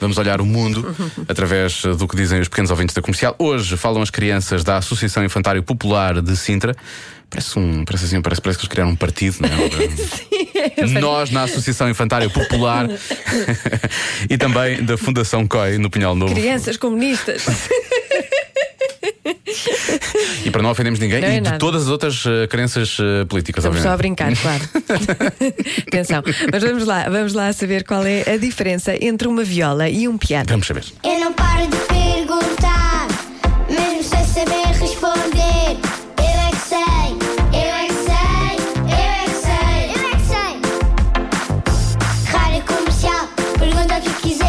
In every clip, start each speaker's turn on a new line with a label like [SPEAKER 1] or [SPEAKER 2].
[SPEAKER 1] Vamos olhar o mundo através do que dizem os pequenos ouvintes da comercial. Hoje falam as crianças da Associação Infantário Popular de Sintra. Parece um, parece assim, parece, parece que eles criaram um partido, não é? Nós na Associação Infantário Popular e também da Fundação COI no Pinhal Novo.
[SPEAKER 2] Crianças comunistas.
[SPEAKER 1] E para não ofendermos ninguém
[SPEAKER 2] Não é
[SPEAKER 1] e de
[SPEAKER 2] nada.
[SPEAKER 1] todas as outras eh, crenças eh, políticas,
[SPEAKER 2] Estamos só a
[SPEAKER 1] obviamente.
[SPEAKER 2] brincar, claro. Atenção. Mas vamos lá, vamos lá saber qual é a diferença entre uma viola e um piano.
[SPEAKER 1] Vamos saber.
[SPEAKER 3] Eu não paro de perguntar, mesmo sem saber responder. Eu é que sei, eu é que sei, eu é que sei, eu é que sei. Rádio comercial, pergunta o que quiseres.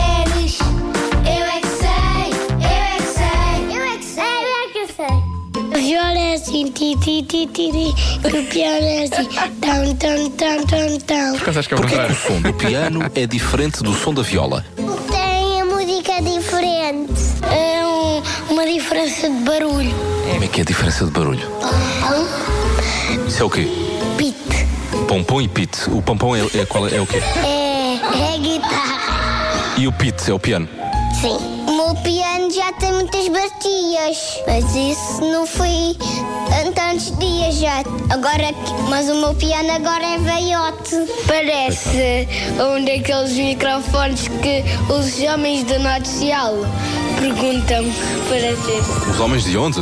[SPEAKER 3] Eu é que sei, eu é que sei, eu é que sei, eu é que sei. Viola é assim, ti, ti, ti, ti, o piano é assim, tão, tão, tão, tão, tão.
[SPEAKER 1] Por acaso acho que é o
[SPEAKER 4] Porquê que o
[SPEAKER 1] contrário.
[SPEAKER 4] som do piano é diferente do som da viola?
[SPEAKER 3] Tem a música diferente, é uma diferença de barulho.
[SPEAKER 4] Como é que é a diferença de barulho? Isso é o quê?
[SPEAKER 3] Pit.
[SPEAKER 4] Pompom e pit. O pompom é, é, qual, é o quê?
[SPEAKER 3] É, é guitarra.
[SPEAKER 4] E o pit é o piano.
[SPEAKER 3] Sim. O meu piano já tem muitas batidas, mas isso não foi há tantos dias já. Agora, mas o meu piano agora é veiote.
[SPEAKER 5] Parece um daqueles microfones que os homens do Norte Social perguntam-me para ser.
[SPEAKER 4] Os homens de onde?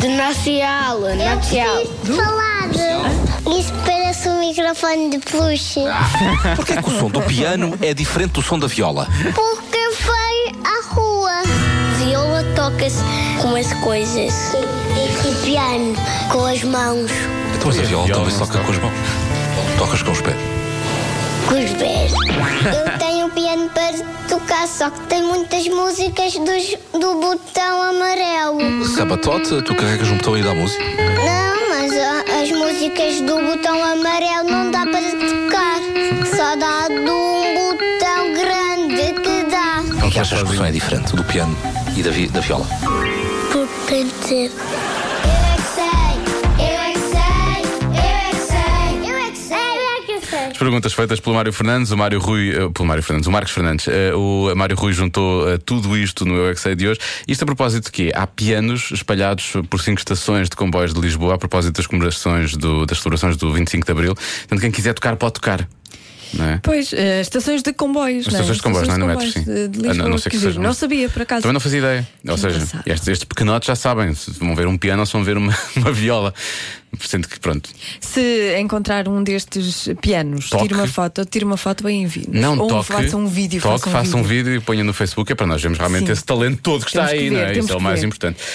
[SPEAKER 5] De Norte Social, Norte Social.
[SPEAKER 3] falado. Isso parece um microfone de puxa.
[SPEAKER 5] Ah.
[SPEAKER 4] Porquê que o som do piano é diferente do som da viola?
[SPEAKER 3] Porque foi à rua.
[SPEAKER 5] Viola toca-se com as coisas.
[SPEAKER 3] E piano com as mãos,
[SPEAKER 4] Então, mas a viola
[SPEAKER 1] viola
[SPEAKER 4] também
[SPEAKER 1] não
[SPEAKER 4] se toca
[SPEAKER 1] se
[SPEAKER 4] com as mãos. Tocas com os pés.
[SPEAKER 3] com os pés. Eu tenho um piano para tocar, só que tem muitas músicas dos- do botão amarelo.
[SPEAKER 4] Sabatota, tu carregas um botão e dá música.
[SPEAKER 3] Não, mas a- as músicas do botão amarelo não dá para tocar. Só dá de um botão grande que dá.
[SPEAKER 4] Então, tu achas que o som é diferente do piano e da, vi- da viola?
[SPEAKER 3] Porque dizer. Eu é que sei, eu é que sei, eu é que sei, eu é que sei, eu é que sei.
[SPEAKER 1] As perguntas feitas pelo Mário Fernandes, o Mário Rui, eh, pelo Mário Fernandes, o Marcos Fernandes, eh, o Mário Rui juntou eh, tudo isto no Eu é Que Sei de hoje. Isto a propósito de quê? Há pianos espalhados por cinco estações de comboios de Lisboa, a propósito das comemorações do- das celebrações do 25 de Abril. Portanto, quem quiser tocar, pode tocar. Não é?
[SPEAKER 2] Pois, eh, estações de comboios.
[SPEAKER 1] As
[SPEAKER 2] não é?
[SPEAKER 1] estações de comboios, não é? No metro,
[SPEAKER 2] Estações
[SPEAKER 1] sim.
[SPEAKER 2] de comboios de- de
[SPEAKER 1] Ah,
[SPEAKER 2] Lisboa,
[SPEAKER 1] não sei que
[SPEAKER 2] giro.
[SPEAKER 1] seja.
[SPEAKER 2] um- Não sabia, por acaso.
[SPEAKER 1] Também não fazia ideia. Ou seja,
[SPEAKER 2] engraçado.
[SPEAKER 1] estes, estes pequenotes já sabem, se vão ver um piano ou se vão ver uma, uma viola. Sendo que, pronto,
[SPEAKER 2] Se encontrar um destes pianos,
[SPEAKER 1] Toque.
[SPEAKER 2] tire uma foto, tire uma foto bem envio.
[SPEAKER 1] Não
[SPEAKER 2] Ou
[SPEAKER 1] toque,
[SPEAKER 2] faça um vídeo.
[SPEAKER 1] toque,
[SPEAKER 2] faça um
[SPEAKER 1] faça
[SPEAKER 2] vídeo.
[SPEAKER 1] e ponha no Facebook. É para nós vermos realmente
[SPEAKER 2] Sim.
[SPEAKER 1] esse talento todo que está
[SPEAKER 2] Temos que
[SPEAKER 1] aí,
[SPEAKER 2] ver,
[SPEAKER 1] não é?
[SPEAKER 2] temos
[SPEAKER 1] Isso é o
[SPEAKER 2] que
[SPEAKER 1] mais
[SPEAKER 2] ver.
[SPEAKER 1] importante.